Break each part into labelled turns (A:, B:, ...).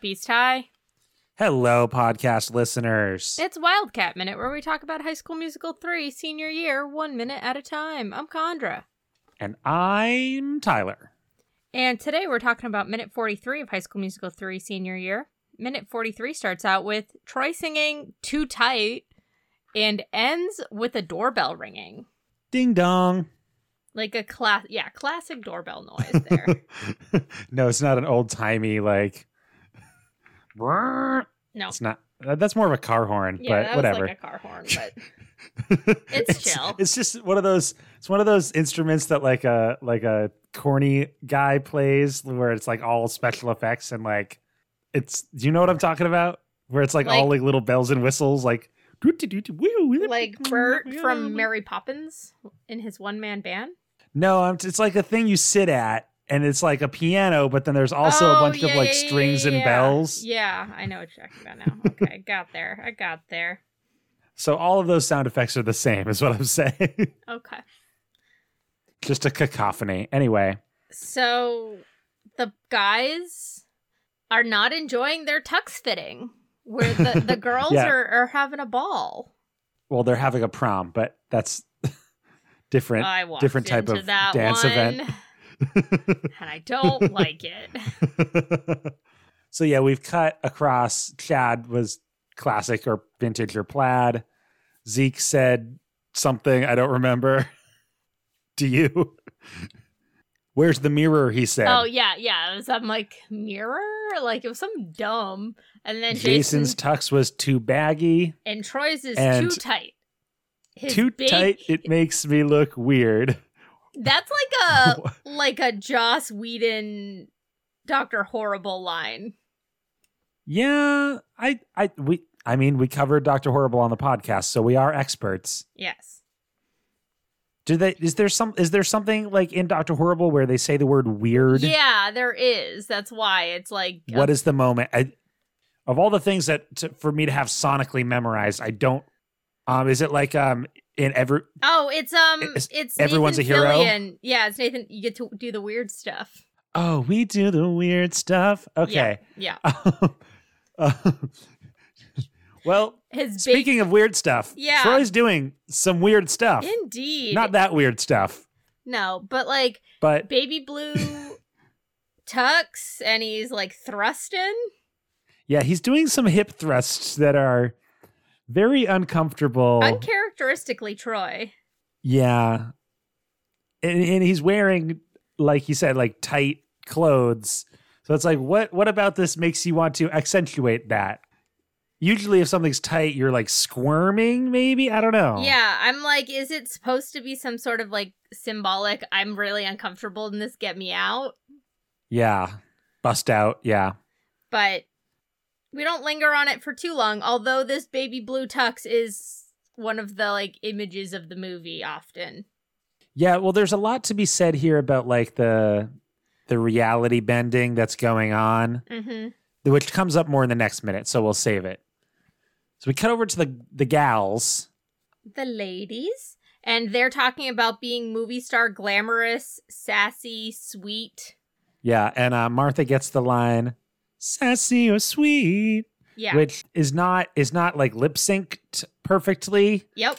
A: Beast High?
B: Hello, podcast listeners.
A: It's Wildcat Minute, where we talk about High School Musical 3 senior year, one minute at a time. I'm Condra.
B: And I'm Tyler.
A: And today we're talking about minute 43 of High School Musical 3 senior year. Minute 43 starts out with Troy singing Too Tight and ends with a doorbell ringing.
B: Ding dong.
A: Like a class, yeah, classic doorbell noise there.
B: no, it's not an old timey, like, brrr.
A: No.
B: it's not. that- That's more of a car horn,
A: Yeah,
B: but
A: that
B: whatever.
A: was like a car horn, but It's chill.
B: It's just one of those. It's one of those instruments that like a like a corny guy plays, where it's like all special effects and like it's. Do you know what I'm talking about? Where it's like, all
A: Like-
B: like little bells and whistles, like
A: like Bert from Mary Poppins in his one man band.
B: No, I'm, it's like a thing you sit at, and it's like a piano, but then there's also a
A: Oh,
B: bunch
A: yeah,
B: of like
A: yeah, yeah,
B: strings
A: yeah,
B: and
A: yeah.
B: bells.
A: Yeah, I know what you're talking about now. Okay, got there. I got there.
B: So all of those sound effects are the same, is what I'm saying.
A: Okay.
B: just a cacophony. Anyway,
A: So the guys are not enjoying their tux fitting, where the, the girls
B: Yeah.
A: are, are having a ball.
B: well, they're having a prom, but that's different.
A: I walked
B: different type
A: into
B: of
A: that
B: dance
A: one,
B: event.
A: and I don't like it. Uh,
B: so yeah, we've cut across. Chad was classic or vintage or plaid. Zeke said something I don't remember. Do you? Where's the mirror? He said.
A: Oh yeah, yeah. It was some like mirror, like it was some dumb. And then Jason's
B: Jason's tux was too baggy,
A: and Troy's is
B: and
A: too tight. His
B: too
A: big-
B: tight. It makes me look weird.
A: That's like a like a Joss Whedon Doctor Horrible line.
B: yeah, I, I, we, I mean, we covered Doctor Horrible on the podcast, so we are experts.
A: Yes.
B: Do they? Is there some? Is there something like in Doctor Horrible where they say the word weird?
A: Yeah, there is. That's why it's like a-
B: What is the moment? I, of all the things that to, for me to have sonically memorized, I don't. Um, is it like um in every?
A: Oh, it's um
B: It's-
A: it's,
B: everyone's
A: Nathan
B: a hero?
A: Fillion. Yeah, it's Nathan you get to do the weird stuff.
B: Oh, we do the weird stuff. Okay.
A: Yeah.
B: Um, well,
A: His
B: Speaking of weird stuff,
A: Yeah.
B: Troy's doing some weird stuff.
A: big Indeed.
B: Not that weird stuff,
A: No, but like
B: but
A: baby blue tucks and he's like thrusting.
B: yeah, he's doing some hip thrusts that are very uncomfortable.
A: Uncharacteristically Troy.
B: yeah. And, and he's wearing, like he said, like tight clothes. So it's like, what what about this makes you want to accentuate that? Usually if something's tight, you're like squirming, maybe? I don't know.
A: Yeah, I'm like, is it supposed to be some sort of like symbolic? I'm really uncomfortable in this. Get me out.
B: Yeah. Bust out, yeah.
A: But we don't linger on it for too long. Although this baby blue tux is one of the like images of the movie often.
B: Yeah, well, there's a lot to be said here about like the the reality bending that's going on,
A: Mm-hmm.
B: which comes up more in the next minute, so we'll save it. So we cut over to the the gals.
A: The ladies, and they're talking about being movie star, glamorous, sassy, sweet.
B: Yeah, and uh, Martha gets the line sassy or sweet,
A: Yeah.
B: which is not is not like lip synced perfectly,
A: yep.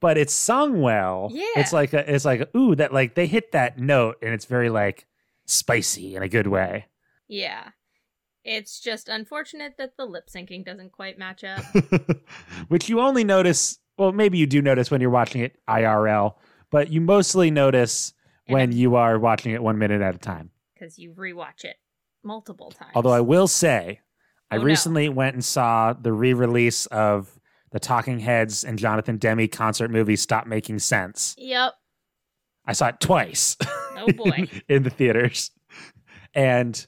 B: but it's sung well.
A: Yeah.
B: It's like a, it's like a, ooh that like they hit that note and it's very like spicy in a good way.
A: Yeah. It's just unfortunate that the lip syncing doesn't quite match up.
B: which you only notice well maybe you do notice when you're watching it IRL but you mostly notice when you are watching it 1 minute at a time
A: because you rewatch it multiple times.
B: although I will say I
A: Oh, no.
B: recently went and saw the re-release of the Talking Heads and Jonathan Demi concert movie Stop Making Sense
A: Yep.
B: I saw it twice
A: Oh boy.
B: in the theaters and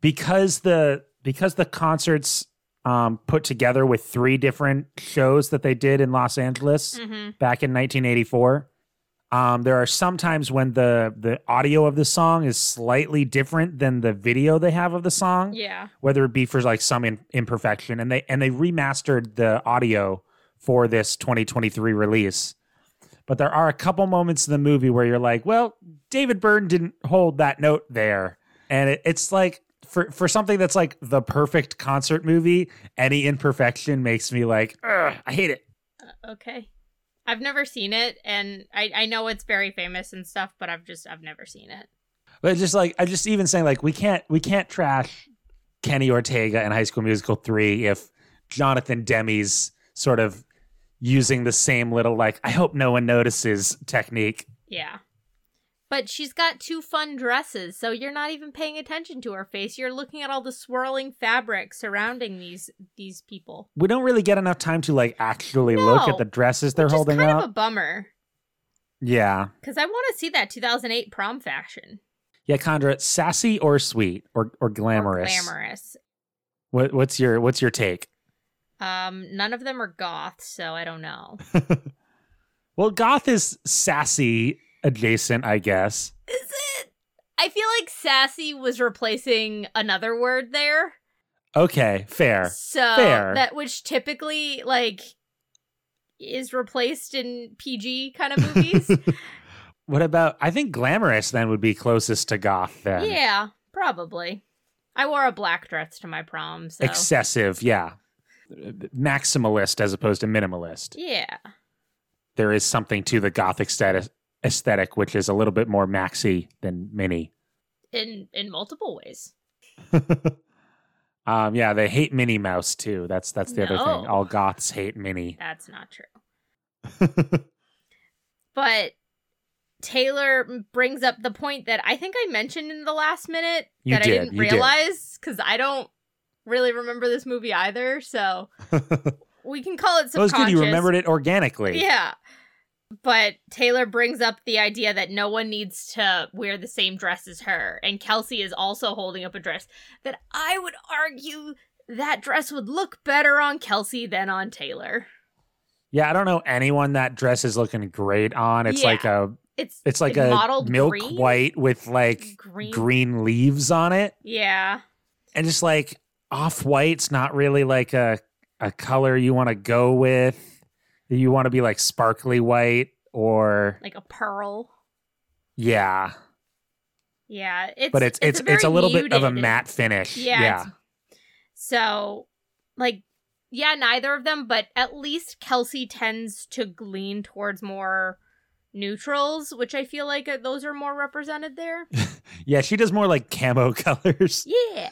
B: because the because the concerts um, put together with three different shows that they did in Los Angeles
A: hmm
B: back in 1984. Um, there are some times when the the audio of the song is slightly different than the video they have of the song,
A: Yeah.
B: whether it be for like some in, imperfection, and they and they remastered the audio for this 2023 release. But there are a couple moments in the movie where you're like, well, David Byrne didn't hold that note there, and it, it's like for for something that's like the perfect concert movie, any imperfection makes me like, "Ugh, I hate it.
A: Okay. I've never seen it, and I, I know it's very famous and stuff, but I've just I've never seen it.
B: But just like I just even saying like we can't we can't trash Kenny Ortega in High School Musical three if Jonathan Demi's sort of using the same little like I hope no one notices technique.
A: Yeah. But she's got two fun dresses, so you're not even paying attention to her face. You're looking at all the swirling fabric surrounding these these people.
B: We don't really get enough time to like actually look
A: No,
B: at the dresses they're
A: Which
B: holding
A: is kind
B: up.
A: of a bummer
B: yeah,
A: because I want to see that 2008 prom fashion.
B: yeah, Condra, sassy or sweet or or
A: Or
B: glamorous.
A: glamorous.
B: What, what's your what's your take?
A: Um, none of them are goth, so I don't know.
B: Well, goth is sassy adjacent, I guess.
A: Is it? I feel like sassy was replacing another word there.
B: Okay, fair.
A: So
B: Fair.
A: that which typically like is replaced in PG kind of movies.
B: What about? I think glamorous then would be closest to goth then.
A: yeah, probably. I wore a black dress to my prom, so
B: Excessive, yeah. Maximalist as opposed to minimalist.
A: yeah,
B: There is something to the gothic status aesthetic which is a little bit more maxi than mini.
A: in in multiple ways.
B: Um, yeah, they hate Minnie Mouse too. That's that's the other thing.
A: No.
B: All goths hate Minnie.
A: That's not true. But Taylor m- brings up the point that I think I mentioned in the last minute
B: You
A: that
B: did,
A: I didn't
B: you did.
A: realize because I don't really remember this movie either. So we can call it
B: That was
A: subconscious.
B: good. You remembered it organically.
A: Yeah. But Taylor brings up the idea that no one needs to wear the same dress as her. And Kelsey is also holding up a dress that I would argue that dress would look better on Kelsey than on Taylor.
B: Yeah, I don't know anyone that dress is looking great on. It's
A: Yeah.
B: like a
A: It's
B: it's like
A: It's
B: a
A: mottled
B: milk
A: green?
B: white with like
A: green.
B: green leaves on it.
A: Yeah.
B: And just like off white's not really like a a color you want to go with. You want to be like sparkly white or
A: Like a pearl.
B: yeah.
A: Yeah. It's
B: But it's it's it's a,
A: very
B: little bit of a
A: muted-
B: matte finish.
A: Yeah,
B: Yeah.
A: it's- So, like, yeah, neither of them, but at least Kelsey tends to lean towards more neutrals, which I feel like uh, those are more represented there.
B: Yeah, she does more like camo colors.
A: yeah.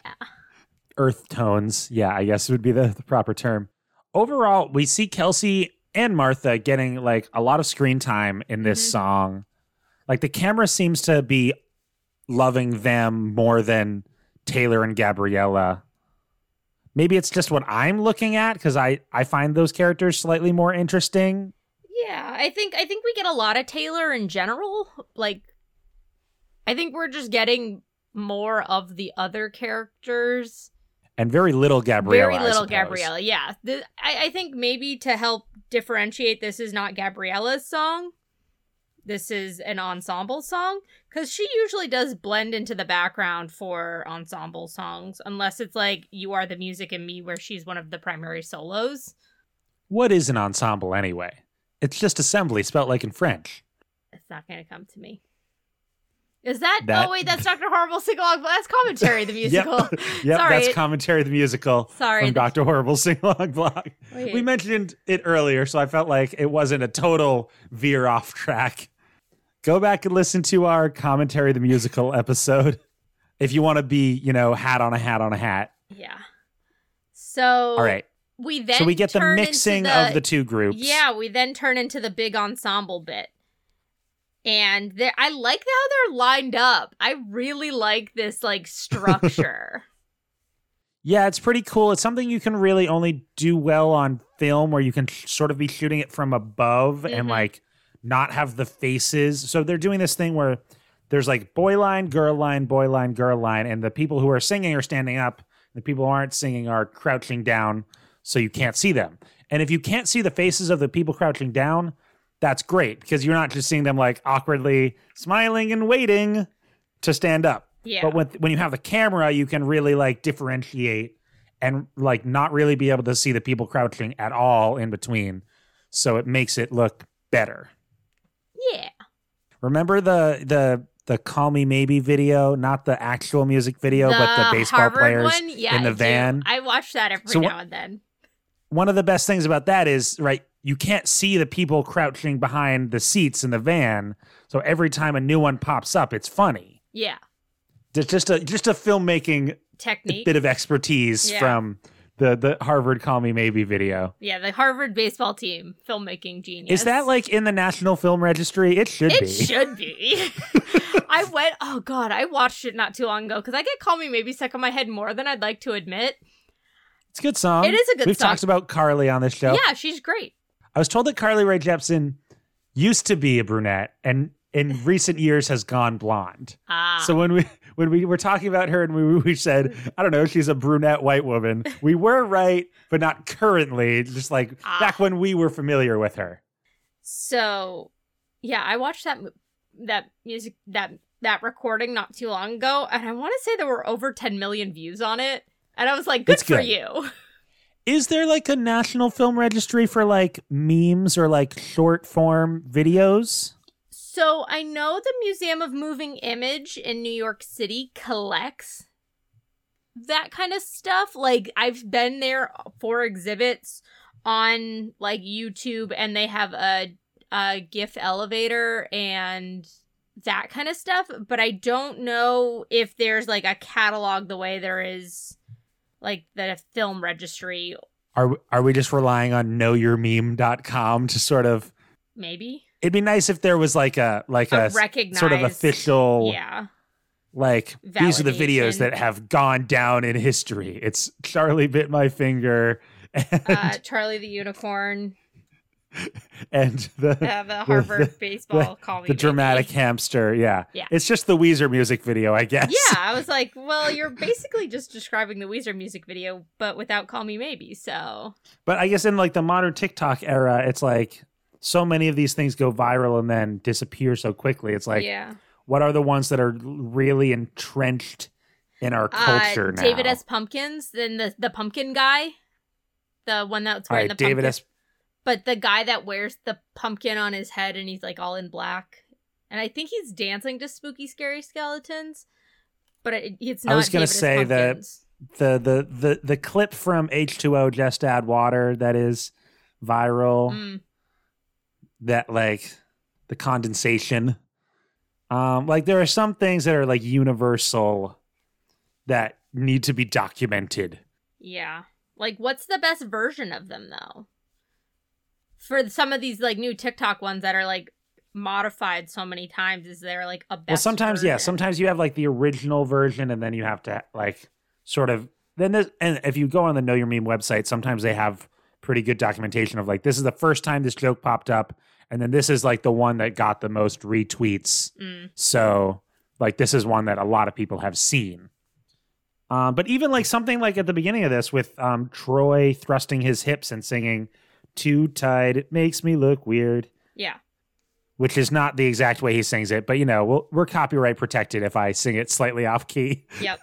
B: earth tones. Yeah, I guess would be the, the proper term. Overall, we see Kelsey and Martha getting like a lot of screen time in this
A: Mhm.
B: song. Like the camera seems to be loving them more than Taylor and Gabriella. Maybe it's just what I'm looking at because I I find those characters slightly more interesting.
A: Yeah, I think I think we get a lot of Taylor in general. Like I think we're just getting more of the other characters
B: And very little Gabriella. I
A: Very little
B: suppose.
A: Gabriella, yeah. The, I, I think maybe to help differentiate, this is not Gabriella's song. This is an ensemble song because she usually does blend into the background for ensemble songs, unless it's like You Are the Music and Me, where she's one of the primary solos.
B: What is an ensemble anyway? It's just assembly spelt like in French.
A: It's not going to come to me. Is that,
B: That-
A: Oh, wait, that's Dr. Horrible Sing Along. That's commentary, the musical.
B: Yep, yep
A: Sorry.
B: that's commentary of the musical.
A: Sorry.
B: from Dr. Horrible Sing Along Blog.
A: Wait.
B: We mentioned it earlier, so I felt like it wasn't a total veer off track. Go back and listen to our commentary of the musical episode if you want to be, you know, hat on a hat on a hat.
A: yeah. So.
B: All right.
A: We then
B: so we get the
A: turn into
B: mixing of the two groups.
A: Yeah, we then turn into the big ensemble bit. And there I like how they're lined up. I really like this like structure.
B: Yeah, it's pretty cool. It's something you can really only do well on film where you can sh- sort of be shooting it from above and
A: Mhm.
B: like not have the faces. So they're doing this thing where there's like boy line, girl line, boy line, girl line, and the people who are singing are standing up. The people who aren't singing are crouching down so you can't see them. And if you can't see the faces of the people crouching down, that's great because you're not just seeing them like awkwardly smiling and waiting to stand up.
A: yeah.
B: But when when you have the camera, you can really like differentiate and like not really be able to see the people crouching at all in between. So it makes it look better.
A: yeah.
B: Remember the the the Call Me Maybe video, not the actual music video, but the baseball
A: Harvard
B: players.
A: one? Yeah,
B: in the
A: I do.
B: van.
A: I watch that every
B: So wha-
A: now and then.
B: One of the best things about that is, right, you can't see the people crouching behind the seats in the van. So every time a new one pops up, it's funny.
A: Yeah,
B: There's just a just a filmmaking
A: technique.
B: bit of expertise
A: Yeah.
B: from the the Harvard Call Me Maybe video.
A: yeah, the Harvard baseball team, filmmaking genius.
B: Is that like in the National Film Registry? It should
A: it
B: be.
A: should be. I went. Oh god, I watched it not too long ago because I get "Call Me Maybe" stuck in my head more than I'd like to admit.
B: It's a good song.
A: It is a good
B: We've
A: song.
B: talked about Carly on this show.
A: Yeah, she's great.
B: I was told that Carly Rae Jepsen used to be a brunette and in recent years has gone blonde.
A: Ah,
B: So when we when we were talking about her and we we said, I don't know, she's a brunette white woman, we were right, but not currently, just like
A: Ah.
B: back when we were familiar with her.
A: So, yeah, I watched that mu- that music that that recording not too long ago, and I want to say there were over 10 million views on it, and I was like, "Good
B: That's
A: for
B: good.
A: you."
B: Is there like a national film registry for like memes or like short form videos?
A: So I know the Museum of Moving Image in New York City collects that kind of stuff. Like I've been there for exhibits on like YouTube, and they have a a GIF elevator and that kind of stuff. But I don't know if there's like a catalog the way there is like the film registry.
B: Are are we just relying on knowyourmeme.com to sort of
A: Maybe
B: it'd be nice if there was like a like a,
A: a
B: s-
A: recognized
B: sort of official
A: yeah
B: like these are the videos
A: Validation.
B: that have gone down in history. It's Charlie bit my finger and,
A: uh, Charlie the Unicorn.
B: and the
A: uh, the Harvard
B: the-
A: baseball call me
B: the
A: baby.
B: dramatic hamster. Yeah.
A: Oh, Yeah.
B: It's just the Weezer music video, I guess.
A: Yeah, I was like, well, you're basically just describing the Weezer music video, but without "Call Me Maybe." So
B: But I guess in like the modern TikTok era, it's like so many of these things go viral and then disappear so quickly. It's like
A: yeah,
B: what are the ones that are really entrenched in our culture
A: uh,
B: now?
A: David S. Pumpkins, then the the pumpkin guy, the one that's
B: All
A: wearing
B: right,
A: the
B: David
A: pumpkin,
B: S.
A: but the guy that wears the pumpkin on his head and he's like all in black, and I think he's dancing to spooky, scary skeletons. But it, it's
B: I
A: not.
B: was gonna
A: David S.
B: say that-
A: Pumpkins.
B: the the the the clip from H2O Just Add Water that is viral
A: Mm,
B: that like the condensation um like there are some things that are like universal that need to be documented
A: Yeah. Like, what's the best version of them, though? For some of these, like, new TikTok ones that are, like, modified so many times, is there, like, a best
B: well sometimes yeah
A: version?
B: sometimes you have like the original version and then you have to like sort of then this and if you go on the know your meme website sometimes they have pretty good documentation of like this is the first time this joke popped up and then this is like the one that got the most retweets
A: Mm,
B: So, like, this is one that a lot of people have seen. Um, but even like something like at the beginning of this with um, Troy thrusting his hips and singing, Too tight, it makes me look weird,
A: yeah.
B: which is not the exact way he sings it. But, you know, we'll, we're copyright protected if I sing it slightly off key.
A: Yep.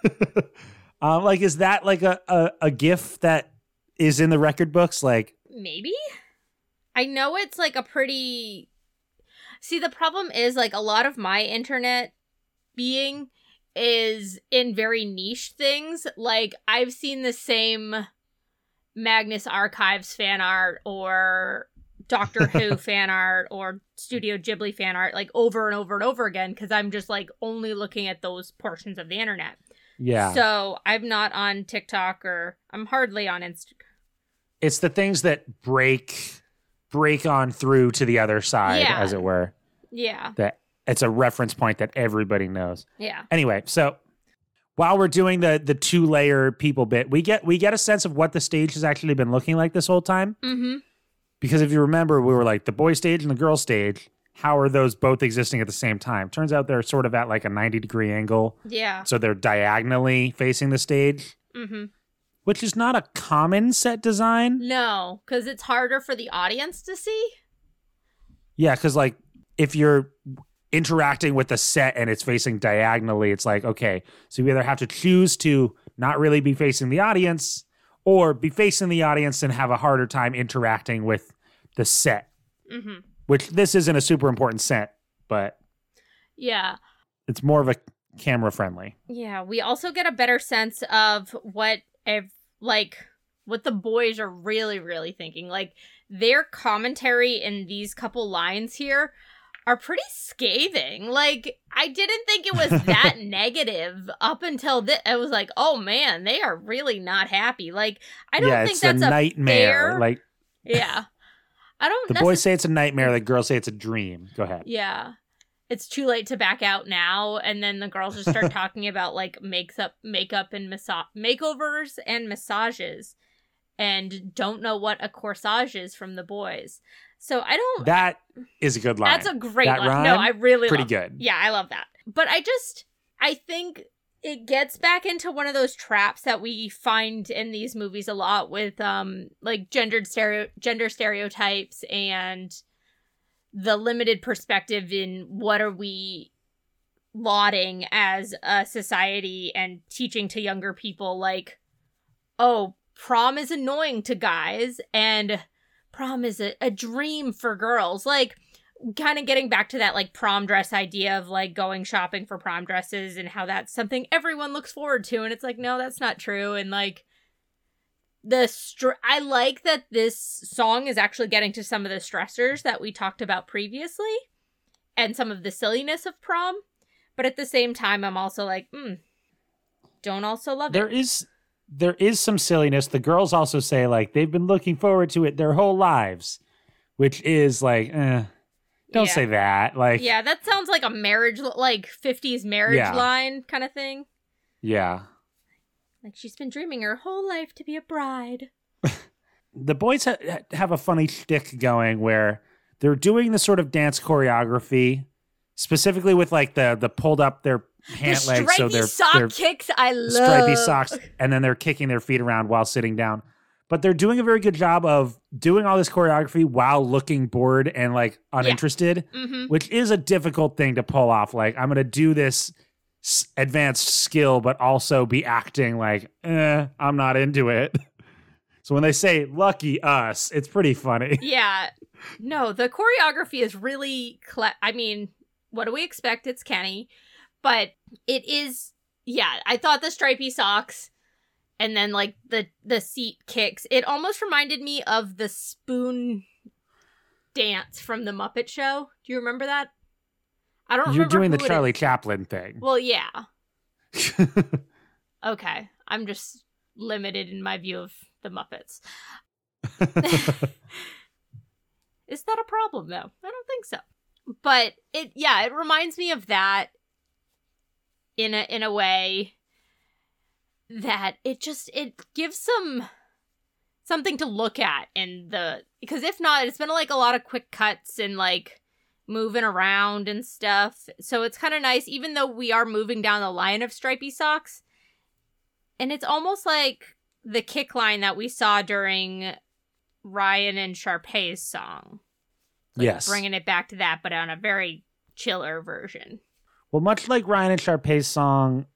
B: um, like, is that like a, a, a gif that is in the record books? Like,
A: Maybe? I know it's, like, a pretty. See, the problem is, like, a lot of my internet being is in very niche things. Like, I've seen the same Magnus Archives fan art or Doctor Who fan art or Studio Ghibli fan art like over and over and over again because I'm just like only looking at those portions of the internet.
B: yeah.
A: So I'm not on TikTok or I'm hardly on Instagram.
B: it's the things that break break on through to the other side,
A: Yeah.
B: as it were.
A: Yeah.
B: that it's a reference point that everybody knows.
A: Yeah.
B: Anyway, so while we're doing the the two layer people bit, we get we get a sense of what the stage has actually been looking like this whole time.
A: Mm-hmm.
B: Because if you remember, we were like the boy stage and the girl stage. How are those both existing at the same time? Turns out they're sort of at like a ninety degree angle,
A: Yeah.
B: so they're diagonally facing the stage,
A: Mm-hmm.
B: which is not a common set design.
A: No, because it's harder for the audience to see.
B: Yeah, because like if you're interacting with the set and it's facing diagonally, it's like, okay, so you either have to choose to not really be facing the audience or be facing the audience and have a harder time interacting with the set,
A: Mm-hmm.
B: which this isn't a super important set, but
A: Yeah.
B: it's more of a camera friendly.
A: Yeah, we also get a better sense of what ev- like what the boys are really really thinking. Like their commentary in these couple lines here are pretty scathing. Like I didn't think it was that negative up until this. I was like, "Oh man, they are really not happy." Like I don't
B: yeah,
A: think
B: it's
A: that's
B: a
A: a
B: nightmare.
A: fair-
B: Like
A: yeah. I don't
B: the
A: necess-
B: boys say it's a nightmare, the girls say it's a dream. Go ahead.
A: Yeah. It's too late to back out now. And then the girls just start talking about like makes up makeup and massa- makeovers and massages and don't know what a corsage is from the boys. So I don't
B: That is a good line.
A: that's a great
B: That
A: line. no,
B: rhyme,
A: I really
B: pretty
A: love
B: good.
A: yeah, I love that. But I just I think it gets back into one of those traps that we find in these movies a lot with um like gendered stereo gender stereotypes and the limited perspective in what are we lauding as a society and teaching to younger people like oh prom is annoying to guys and prom is a, a dream for girls like kind of getting back to that like prom dress idea of like going shopping for prom dresses and how that's something everyone looks forward to and it's like no that's not true and like the str- I like that this song is actually getting to some of the stressors that we talked about previously and some of the silliness of prom but at the same time I'm also like mm, don't also love
B: There
A: it
B: is there is some silliness. The girls also say like they've been looking forward to it their whole lives, which is like, eh, don't
A: Yeah.
B: say that. Like,
A: yeah that sounds like a marriage like 50s marriage
B: Yeah.
A: line kind of thing
B: yeah.
A: like she's been dreaming her whole life to be a bride
B: the boys ha- ha- have a funny shtick going where they're doing this sort of dance choreography, specifically with like the the pulled up their pant
A: the
B: legs, so
A: stripy
B: they're,
A: sock
B: they're
A: kicks I love.
B: stripy socks, and then they're kicking their feet around while sitting down. But they're doing a very good job of doing all this choreography while looking bored and like uninterested,
A: Mm-hmm.
B: which is a difficult thing to pull off. Like I'm gonna do this s- advanced skill, but also be acting like eh, I'm not into it. So when they say "lucky us," it's pretty funny.
A: Yeah. No, the choreography is really. Cle- I mean, what do we expect? It's Kenny, but it is. Yeah, I thought the stripy socks, and then like the the seat kicks. It almost reminded me of the spoon dance from the Muppet Show. Do you remember that? I don't.
B: You're
A: remember
B: doing the
A: who it
B: Charlie
A: is.
B: Chaplin thing.
A: Well, yeah. Okay, I'm just limited in my view of the Muppets. Is that a problem though? I don't think so. But it yeah, it reminds me of that in a in a way that it just it gives some something to look at in the because if not it's been like a lot of quick cuts and like moving around and stuff. So it's kind of nice even though we are moving down the line of stripy socks. And it's almost like the kick line that we saw during Ryan and Sharpay's song. Like,
B: yes.
A: Bringing it back to that, but on a very chiller version.
B: well, much like Ryan and Sharpay's song,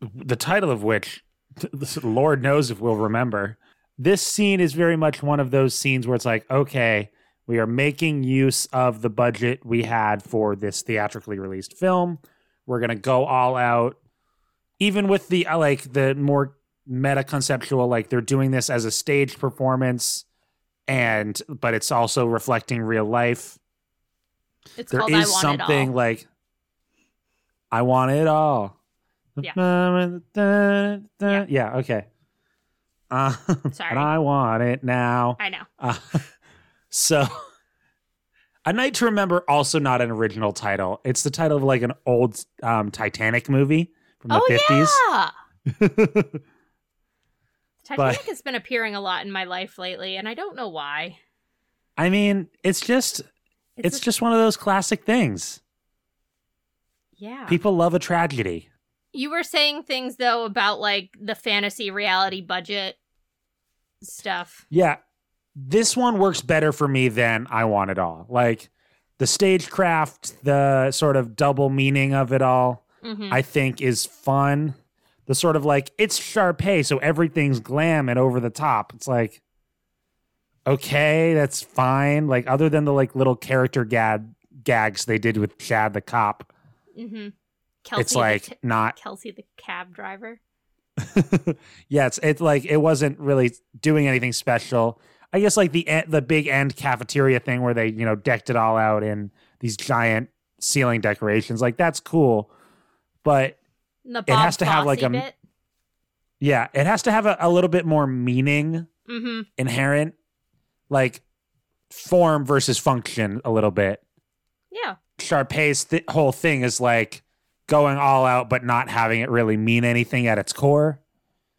B: the title of which, the Lord knows if we'll remember, this scene is very much one of those scenes where it's like, okay, we are making use of the budget we had for this theatrically released film. We're gonna go all out, even with the uh, like the more meta conceptual, like they're doing this as a stage performance, and but it's also reflecting real life.
A: It's
B: There
A: called
B: is
A: I Want
B: something
A: It All.
B: like I want it all.
A: Yeah.
B: Yeah.
A: Yeah.
B: okay. Uh,
A: Sorry.
B: And I want it now.
A: I know.
B: Uh, so A Night to Remember also not an original title. It's the title of like an old um, Titanic movie from the
A: oh
B: 50s.
A: yeah.
B: But-
A: Titanic has been appearing a lot in my life lately, and I don't know why.
B: I mean, it's just it's,
A: a-
B: just one of those classic things.
A: yeah.
B: People love a tragedy.
A: you were saying things though about like the fantasy reality budget stuff.
B: Yeah. This one works better for me than I want it all. Like the stagecraft, the sort of double meaning of it all,
A: hmm
B: I think is fun. The sort of like, it's Sharpay, so everything's glam and over the top. It's like, okay, that's fine. Like, other than the like little character gag gags they did with Chad the cop,
A: hmm Kelsey
B: it's
A: the
B: like
A: t-
B: not
A: Kelsey the cab driver.
B: yeah, it's it's like it wasn't really doing anything special. I guess like the en- the big end cafeteria thing where they you know decked it all out in these giant ceiling decorations, like that's cool. But
A: The Bob
B: It has to have, like,
A: Fosse
B: a-
A: bit.
B: yeah, it has to have a, a little bit more meaning
A: Mm-hmm.
B: inherent, like form versus function a little bit.
A: Yeah.
B: Sharpay's th- whole thing is like going all out, but not having it really mean anything at its core.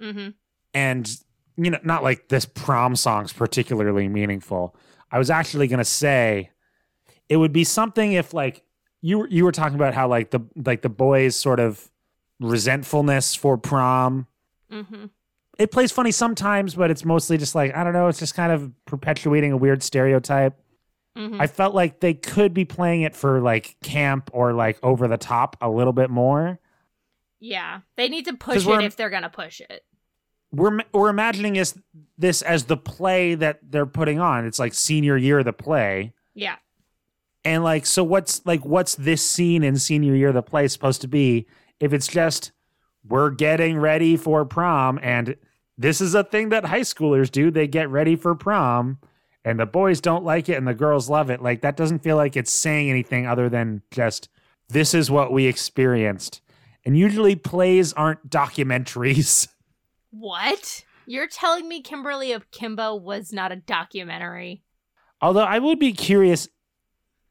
A: Mm-hmm.
B: and you know not like this prom song's particularly meaningful i was actually going to say it would be something if like you were you were talking about how like the like the boys sort of resentfulness for prom
A: Mm-hmm.
B: it plays funny sometimes but it's mostly just like i don't know it's just kind of perpetuating a weird stereotype
A: Mm-hmm.
B: i felt like they could be playing it for like camp or like over the top a little bit more
A: yeah. They need to
B: 'Cause
A: push
B: we're-
A: it if they're gonna push it.
B: we're we're imagining this this as the play that they're putting on. It's like senior year the play,
A: Yeah.
B: and like so what's like what's this scene in senior year the play supposed to be if it's just we're getting ready for prom and this is a thing that high schoolers do. They get ready for prom, and the boys don't like it and the girls love it. Like that doesn't feel like it's saying anything other than just this is what we experienced. And usually plays aren't documentaries.
A: What? You're telling me Kimberly of Kimbo was not a documentary?
B: Although I would be curious,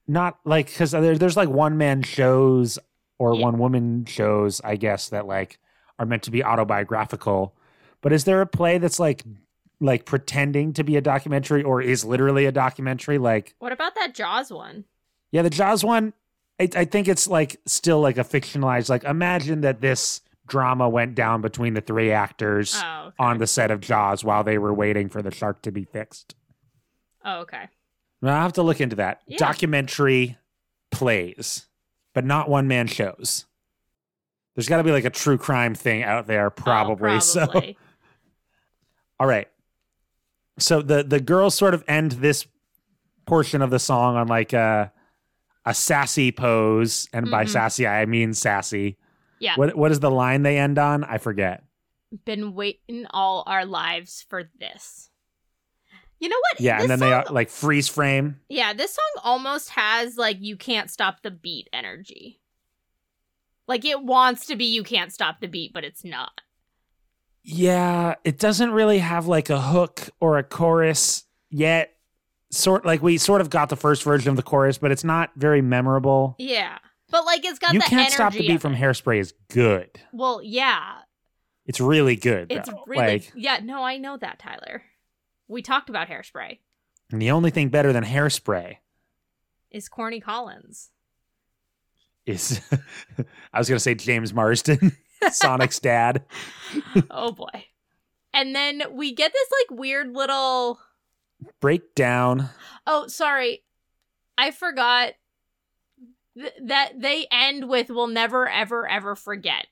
B: not like because there, there's like one man shows or
A: Yeah.
B: one woman shows, I guess that like are meant to be autobiographical. But is there a play that's like like pretending to be a documentary or is literally a documentary? Like
A: What about that Jaws one?
B: yeah, the Jaws one, I, I think it's like still like a fictionalized. Like imagine that this drama went down between the three actors
A: Oh, okay.
B: on the set of Jaws while they were waiting for the shark to be fixed.
A: Oh, okay.
B: Well, I'll have to look into that.
A: Yeah.
B: Documentary plays, but not one man shows. There's got to be like a true crime thing out there,
A: Oh,
B: probably. So,
A: probably.
B: all right. So the the girls sort of end this portion of the song on like a a sassy pose, and by
A: Mhm.
B: sassy I mean sassy.
A: Yeah.
B: What what is the line they end on? I forget.
A: Been waiting all our lives for this. You know what?
B: Yeah,
A: This
B: and then
A: song,
B: they are like freeze frame.
A: yeah, this song almost has like you can't stop the beat energy. Like it wants to be you can't stop the beat, but it's not.
B: Yeah, it doesn't really have like a hook or a chorus yet. Sort like we sort of got the first version of the chorus, but it's not very memorable.
A: Yeah, but like it's got
B: you
A: the
B: can't
A: energy.
B: stop the
A: of
B: beat from
A: it.
B: Hairspray is good.
A: Well, yeah,
B: It's really good.
A: it's
B: though.
A: really
B: like
A: yeah. No, I know that, Tyler. We talked about hairspray.
B: and the only thing better than Hairspray
A: Is Corny Collins?
B: is I was gonna say James Marsden, Sonic's dad.
A: oh boy. And then we get this like weird little
B: Breakdown.
A: Oh, sorry. I forgot th- that they end with we'll never ever ever forget.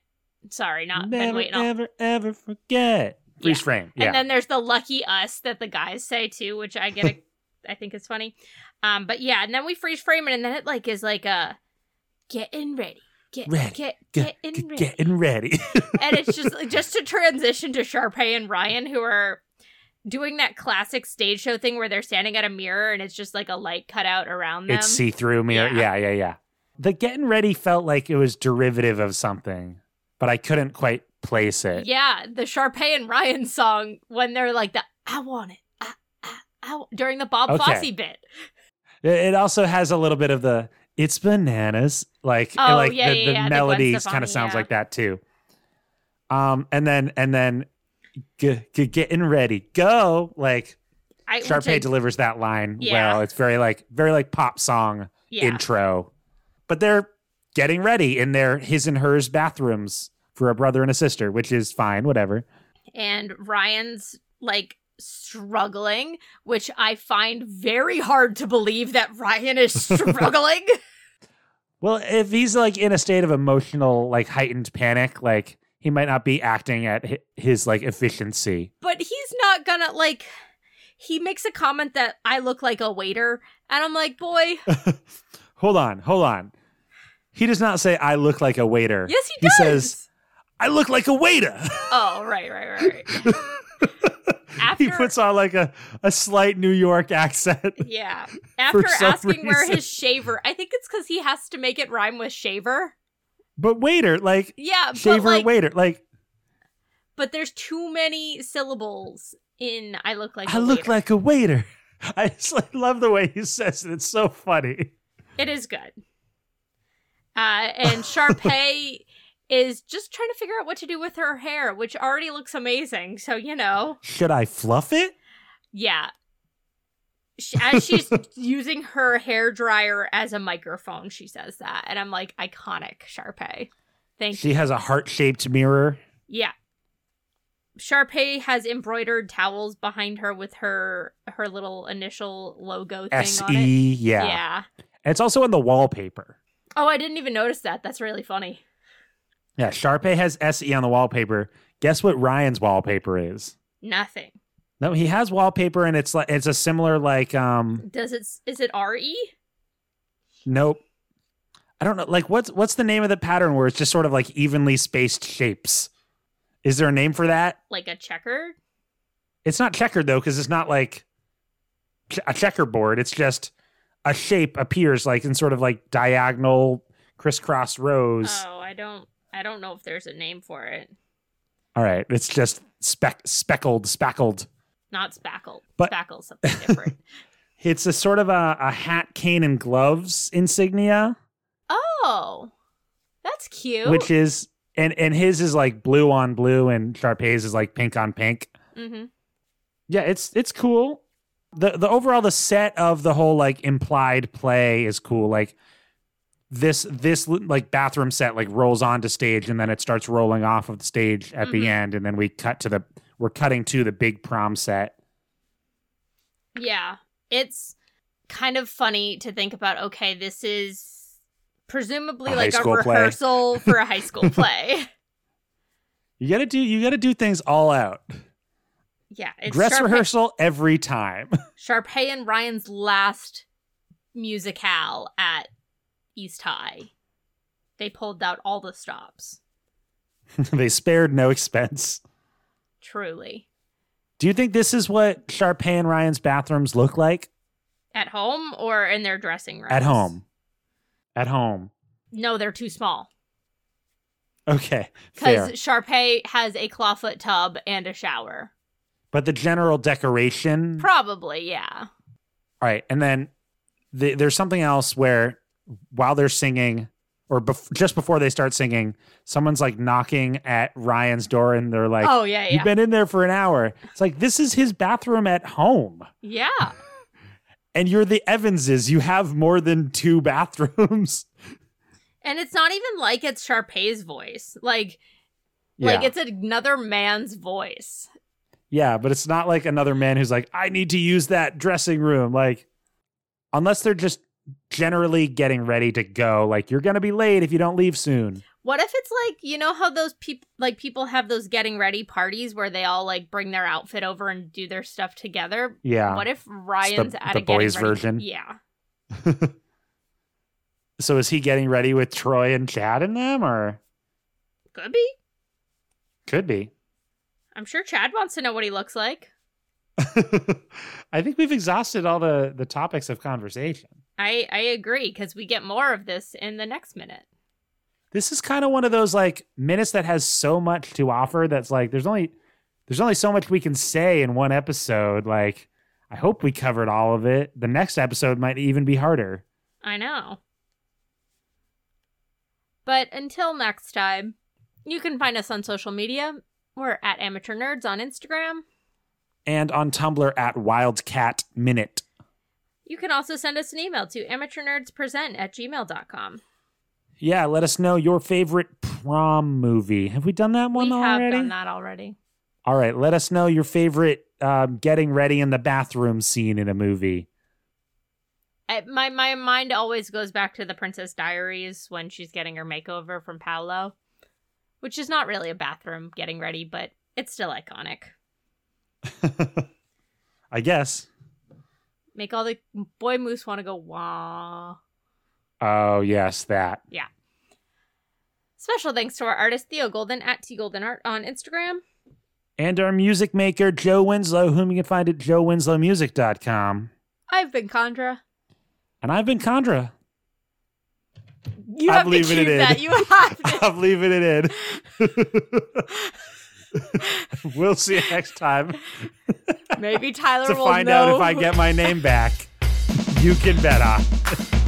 A: Sorry, not been
B: never,
A: waiting all-
B: ever, ever forget. Freeze
A: Yeah.
B: frame. Yeah.
A: And then there's the lucky us that the guys say too, which I get a, I think is funny. Um but yeah, and then we freeze frame it and then it like is like a getting ready. Get
B: Ready.
A: get
B: Get-
A: getting
B: G-
A: ready.
B: getting ready.
A: and it's just just to transition to Sharpay and Ryan who are doing that classic stage show thing where they're standing at a mirror and it's just like a light cut out around them.
B: It's see through mirror. Yeah.
A: Yeah.
B: yeah, yeah, The getting ready felt like it was derivative of something, but I couldn't quite place it.
A: yeah, the Sharpay and Ryan song when they're like the I want it. I, I, I, w-" during the Bob
B: Okay.
A: Fosse bit.
B: It- It also has a little bit of the it's bananas, like
A: Oh,
B: like
A: yeah,
B: the,
A: yeah,
B: the
A: yeah, the Gwen
B: melodies
A: Stefani,
B: kind of sounds
A: yeah.
B: like that too. Um, and then and then g- g- getting ready, go like
A: I which I-
B: Sharpay delivers that line
A: Yeah.
B: well. It's very like very like pop song
A: yeah.
B: intro, but they're getting ready in their his and hers bathrooms for a brother and a sister, which is fine, whatever.
A: and Ryan's like struggling, which I find very hard to believe that Ryan is struggling.
B: Well, if he's like in a state of emotional, like heightened panic, like he might not be acting at hi- his like efficiency.
A: but he's not gonna like he makes a comment that I look like a waiter and I'm like, boy,
B: hold on, hold on. He does not say, I look like a waiter.
A: Yes, he
B: He
A: does.
B: says- I look like a waiter.
A: oh, right, right, right.
B: he
A: After-
B: puts on like a, a slight New York accent.
A: Yeah. After
B: some
A: asking where
B: reason.
A: his shaver, I think it's because he has to make it rhyme with shaver.
B: But waiter, like
A: Yeah,
B: shaver
A: but like,
B: waiter. Like
A: but there's too many syllables in "I look like."
B: I
A: a
B: look
A: waiter.
B: like a waiter. I just like, love the way he says it. It's so funny.
A: It is good. Uh, and Sharpay is just trying to figure out what to do with her hair, which already looks amazing. So you know,
B: Should I fluff it?
A: yeah. She, as she's using her hair dryer as a microphone, she says that, and I'm like, iconic, Sharpay. Thank you.
B: She has a heart shaped mirror.
A: Yeah. Sharpay has embroidered towels behind her with her her little initial logo thing
B: S
A: on it.
B: E. Yeah.
A: yeah.
B: And it's also on the wallpaper.
A: Oh, I didn't even notice that. That's really funny.
B: Yeah. Sharpay has S E on the wallpaper. Guess what Ryan's wallpaper is?
A: Nothing.
B: No, he has wallpaper and it's like it's a similar like um
A: Does it is it R E?
B: nope. I don't know. Like what's what's the name of the pattern where it's just sort of like evenly spaced shapes? Is there a name for that?
A: Like a checker?
B: It's not checkered though, because it's not like ch- a checkerboard. It's just a shape appears like in sort of like diagonal crisscross rows.
A: Oh, I don't I don't know if there's a name for it.
B: All right, it's just speck speckled, speckled.
A: Not spackled.
B: But-
A: Spackle's something different.
B: It's a sort of a, a hat, cane, and gloves insignia,
A: oh. That's cute.
B: which is and and his is like blue on blue, and Sharpay's is like pink on pink.
A: mm-hmm.
B: Yeah, it's it's cool. The the overall the set of the whole like implied play is cool. Like this this like bathroom set like rolls onto stage and then it starts rolling off of the stage at
A: Mhm.
B: the end and then we cut to the we're cutting to the big prom set.
A: Yeah. It's kind of funny to think about, okay, this is presumably
B: A high
A: like a
B: school play.
A: rehearsal for a high school play.
B: You got to do you got to do things all out.
A: yeah. It's
B: Dress
A: Sharpay-
B: rehearsal every time.
A: Sharpay and Ryan's last musicale at East High. They pulled out all the stops.
B: they spared no expense.
A: Truly.
B: Do you think this is what Sharpay and Ryan's bathrooms look like
A: At home or in their dressing room?
B: at home? At home.
A: No, they're too small.
B: Okay. Fair.
A: Because Sharpay has a clawfoot tub and a shower.
B: But the general decoration.
A: Probably, yeah.
B: All right, and then the, there's something else where while they're singing, or bef- just before they start singing, someone's like knocking at Ryan's door, and they're like,
A: oh, yeah,
B: "You've
A: yeah.
B: been in there for an hour." It's like this is his bathroom at home,
A: yeah.
B: and you're the Evanses. You have more than two bathrooms.
A: And it's not even like it's Sharpay's voice. Like, like it's another man's voice.
B: yeah, but it's not like another man who's like, "I need to use that dressing room." Like, unless they're just generally getting ready to go, like you're gonna be late if you don't leave soon.
A: What if it's like you know how those people like people have those getting ready parties where they all like bring their outfit over and do their stuff together?
B: Yeah.
A: What if Ryan's at
B: the
A: a getting
B: boys'
A: ready-
B: version?
A: Yeah,
B: So is he getting ready with Troy and Chad in them, or
A: could be.
B: could be?
A: I'm sure Chad wants to know what he looks like.
B: I think we've exhausted all the the topics of conversation.
A: I I agree because we get more of this in the next minute.
B: This is kind of one of those like minutes that has so much to offer. That's like there's only there's only so much we can say in one episode. Like I hope we covered all of it. The next episode might even be harder.
A: I know. But until next time, you can find us on social media. We're at Amateur Nerds on Instagram.
B: And on Tumblr at Wildcat Minute.
A: You can also send us an email to amateurnerdspresent at gmail.com.
B: Yeah, let us know your favorite prom movie. Have we done that one
A: we
B: already?
A: have done that already.
B: All right, let us know your favorite um, getting ready in the bathroom scene in a movie.
A: I, my my mind always goes back to the Princess Diaries when she's getting her makeover from Paolo, which is not really a bathroom getting ready, but it's still iconic.
B: I guess.
A: Make all the boy moose want to go wah.
B: Oh yes, that.
A: Special thanks to our artist Theo Golden at T Golden Art on Instagram.
B: And our music maker, Joe Winslow, whom you can find at joewinslowmusic.com.
A: I've been Condra.
B: And I've been Condra.
A: You
B: I'm
A: have to choose
B: leaving it in.
A: that. You have to.
B: I'm leaving it in. we'll see you next time
A: Maybe Tyler
B: to
A: will
B: find
A: know
B: out if I get my name back. You can bet ah. on.